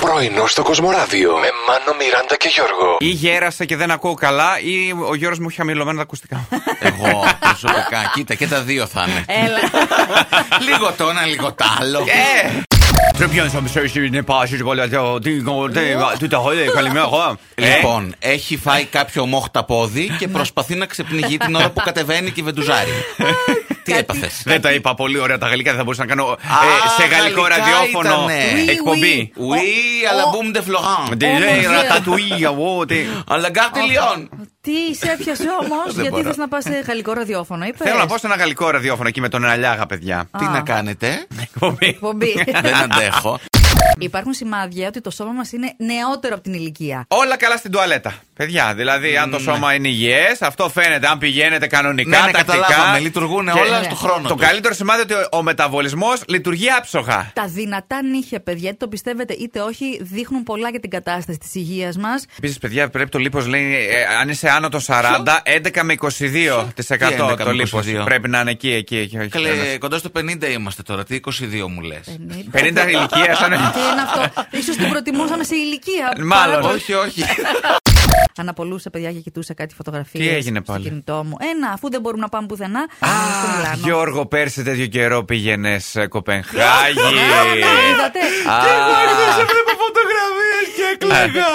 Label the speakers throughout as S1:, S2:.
S1: Πρωινό στο Κοσμοράδιο με Μάνο, Μιράντα και Γιώργο.
S2: Ή γέρασα και δεν ακούω καλά, ή ο Γιώργο μου έχει χαμηλωμένα τα ακουστικά.
S3: Εγώ προσωπικά. Κοίτα και τα δύο θα είναι.
S2: Ε.
S4: Έλα.
S3: λίγο το ένα, λίγο το άλλο.
S2: Ε. Ε.
S3: Λοιπόν, έχει φάει κάποιο μόχτα πόδι
S2: Ναι.
S3: και προσπαθεί να ξεπνιγεί την ώρα που κατεβαίνει και η βεντουζάρι. Τι έπαθες.
S2: Δεν τα είπα πολύ ωραία τα γαλλικά, δεν θα μπορούσα να κάνω ε,
S3: Α,
S2: σε γαλλικό
S3: γαλλικά
S2: ραδιόφωνο
S3: ήτανε.
S2: εκπομπή.
S3: Oui, à la boum de Florent.
S2: Τι
S4: Όμως,
S2: λέει,
S4: ε.
S2: ρατατουί, αγώ, τι.
S3: À la gare de Lyon.
S4: Τι σε έπιασε όμω, γιατί
S3: μπορώ.
S4: θες να πας σε γαλλικό ραδιόφωνο, είπες.
S2: Θέλω να πάω σε ένα γαλλικό ραδιόφωνο εκεί με τον Αλιάγα, παιδιά.
S3: Τι
S4: Α.
S3: να κάνετε.
S2: Εκπομπή.
S4: Εκπομπή.
S3: Δεν αντέχω.
S4: Υπάρχουν σημάδια ότι το σώμα μας είναι νεότερο από την ηλικία.
S2: Όλα καλά στην τουαλέτα. Παιδιά, δηλαδή αν το σώμα είναι υγιές, αυτό φαίνεται. Αν πηγαίνετε
S3: Ναι,
S2: κανονικά,
S3: ναι,
S2: τακτικά.
S3: καταλάβαμε. Λειτουργούν
S2: Και-
S3: όλα
S4: Ναι.
S3: στο χρόνο.
S2: Το
S3: τους.
S2: καλύτερο σημάδι ότι ο- ο μεταβολισμός λειτουργεί άψογα.
S4: Τα δυνατά νύχια, παιδιά, είτε το πιστεύετε είτε όχι, δείχνουν πολλά για την κατάσταση της υγείας μας.
S2: Επίσης, παιδιά, πρέπει το λίπος λέει ε, αν είσαι άνω των 40, 11 με 22%
S3: Τι 11 με
S2: το λίπο.
S3: 22?
S2: Πρέπει να είναι εκεί, εκεί, εκεί. όχι ναι, ένας.
S3: Καλέ, κοντά στο 50 είμαστε τώρα. Τι 22 μου λες.
S2: 50 ηλικία, σαν. Ε,
S4: Τι είναι αυτό. σω την προτιμούσαμε σε ηλικία.
S2: Μάλλον.
S4: παρά το-
S3: Όχι, όχι.
S4: Αναπολούσα, παιδιά, και κοιτούσα κάτι φωτογραφίες.
S2: Τι έγινε πάλι?
S4: Στο κινητό μου. Ένα, αφού δεν μπορούμε να πάμε πουθενά. στο
S2: Αχ,
S4: Μιλάνο.
S2: Γιώργο, πέρσι τέτοιο καιρό πήγαινες σε Κοπενχάγη.
S4: Τα είδατε.
S2: Α,
S3: φωτογραφίε και
S2: Ε,
S3: έκλαιγα.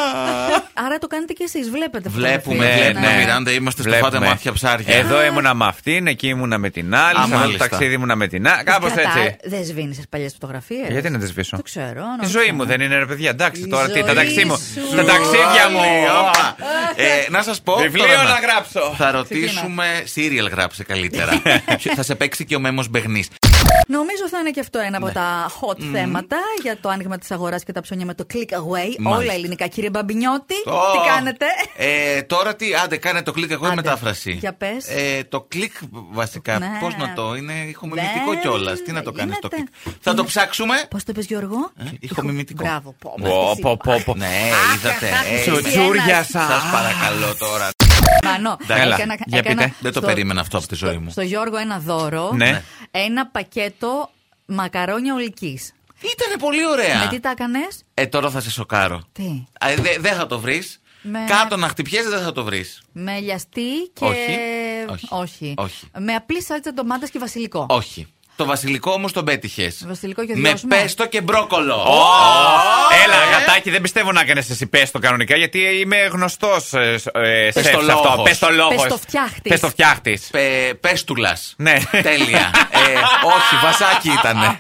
S4: Άρα το κάνετε κι εσείς, βλέπετε.
S3: Βλέπουμε,
S2: Ναι,
S4: φωτογραφίες.
S3: βλέπουμε,
S2: ναι.
S3: Μιράντα, είμαστε στο
S2: Βλέπουμε.
S3: φάτε μάτια ψάρια.
S2: Εδώ ήμουνα με αυτήν, εκεί ήμουνα με την άλλη.
S3: Α,
S2: Σε αυτό το
S3: μάλιστα.
S2: ταξίδι ήμουνα με την άλλη. Κάπως
S4: Κατά-
S2: έτσι.
S4: Δεν σβήνεις τις παλιές φωτογραφίες.
S2: Γιατί να τις σβήσω?
S4: Δεν ξέρω.
S2: Η
S4: νόμιζα.
S2: ζωή μου δεν είναι ρε παιδιά, εντάξει
S4: Η
S2: τώρα τι, τα
S4: ζωή
S2: ταξί μου.
S4: σου.
S2: Τα ταξίδια μου.
S3: Όπα. Ε, Να σας πω.
S2: Βιβλίο
S3: τώρα
S2: να γράψω.
S3: Θα ρωτήσουμε. Σύριελ γράψε καλύτερα. Ποιο- Θα σε παίξει και ο Μέμος Μπεγνής.
S4: Νομίζω θα είναι και αυτό
S2: Ναι.
S4: ένα από τα hot θέματα για το άνοιγμα της αγοράς και τα ψώνια με το click away. Όλα ελληνικά, κύριε Μπαμπινιώτη. Τι κάνετε.
S3: Ε, τώρα τι, άντε, κάνε το κλικ. Εγώ η
S4: Άντε,
S3: μετάφραση.
S4: για πες.
S3: Ε, το κλικ βασικά.
S4: Ναι.
S3: Πώς να το, είναι ηχομιμητικό
S4: Δεν
S3: κιόλας. Τι να το κάνεις το κλικ.
S4: γίνεται.
S3: Θα το
S4: Είναι-
S3: ψάξουμε.
S4: Πώς το είπε, Γιώργο?
S2: Ε,
S3: ηχομιμητικό.
S4: Μπράβο. Πω, πω,
S2: Πω,
S4: εσύ.
S2: πω, πω, πω.
S3: Ναι, είδατε.
S4: αχ,
S3: ε,
S4: αχ,
S3: Σας
S4: εσύ Τσουτσούριασα.
S3: Σας παρακαλώ τώρα.
S4: Μανώ.
S2: Έλα,
S4: έκανα-
S2: για
S4: έκανα
S2: πείτε.
S3: Δεν το
S4: στο-
S3: περίμενα αυτό από τη ζωή μου.
S4: Στο Γιώργο ένα δώρο.
S2: Ναι.
S4: Ένα πακέτο μακαρόνια ολικής.
S3: Ήτανε πολύ ωραία.
S4: Με τι τα έκανες.
S3: Ε, τώρα θα σε σοκάρω.
S4: Τι?
S3: Α, ε, δε- Δεν θα το βρεις.
S4: Με-
S3: Κάτω να χτυπιέσαι δεν θα το βρεις.
S4: Με λιαστή και.
S3: Όχι. Όχι. Όχι.
S4: Με απλή σάλτσα ντομάτα και βασιλικό.
S3: Όχι. Το βασιλικό όμως τον πέτυχες.
S4: Βασιλικό και
S3: Με
S4: δυόσμο.
S3: πέστο και μπρόκολο.
S2: Έλα,
S3: ε.
S2: γατάκι, δεν πιστεύω να έκανε εσύ πέστο κανονικά, γιατί είμαι γνωστός ε, σε
S3: Πεστολόγος.
S2: αυτό. Πεστολόγος.
S4: Πεστοφτιάχτης.
S2: Πεστοφτιάχτης.
S3: Πε, πέστουλας.
S2: Ναι.
S3: Τέλεια. ε, όχι, βασάκι ήτανε.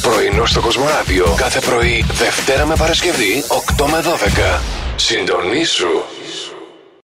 S1: Πρωινό στο Κοσμοράδιο κάθε πρωί, Δευτέρα με Παρασκευή, 8 με 12. Συντονίσου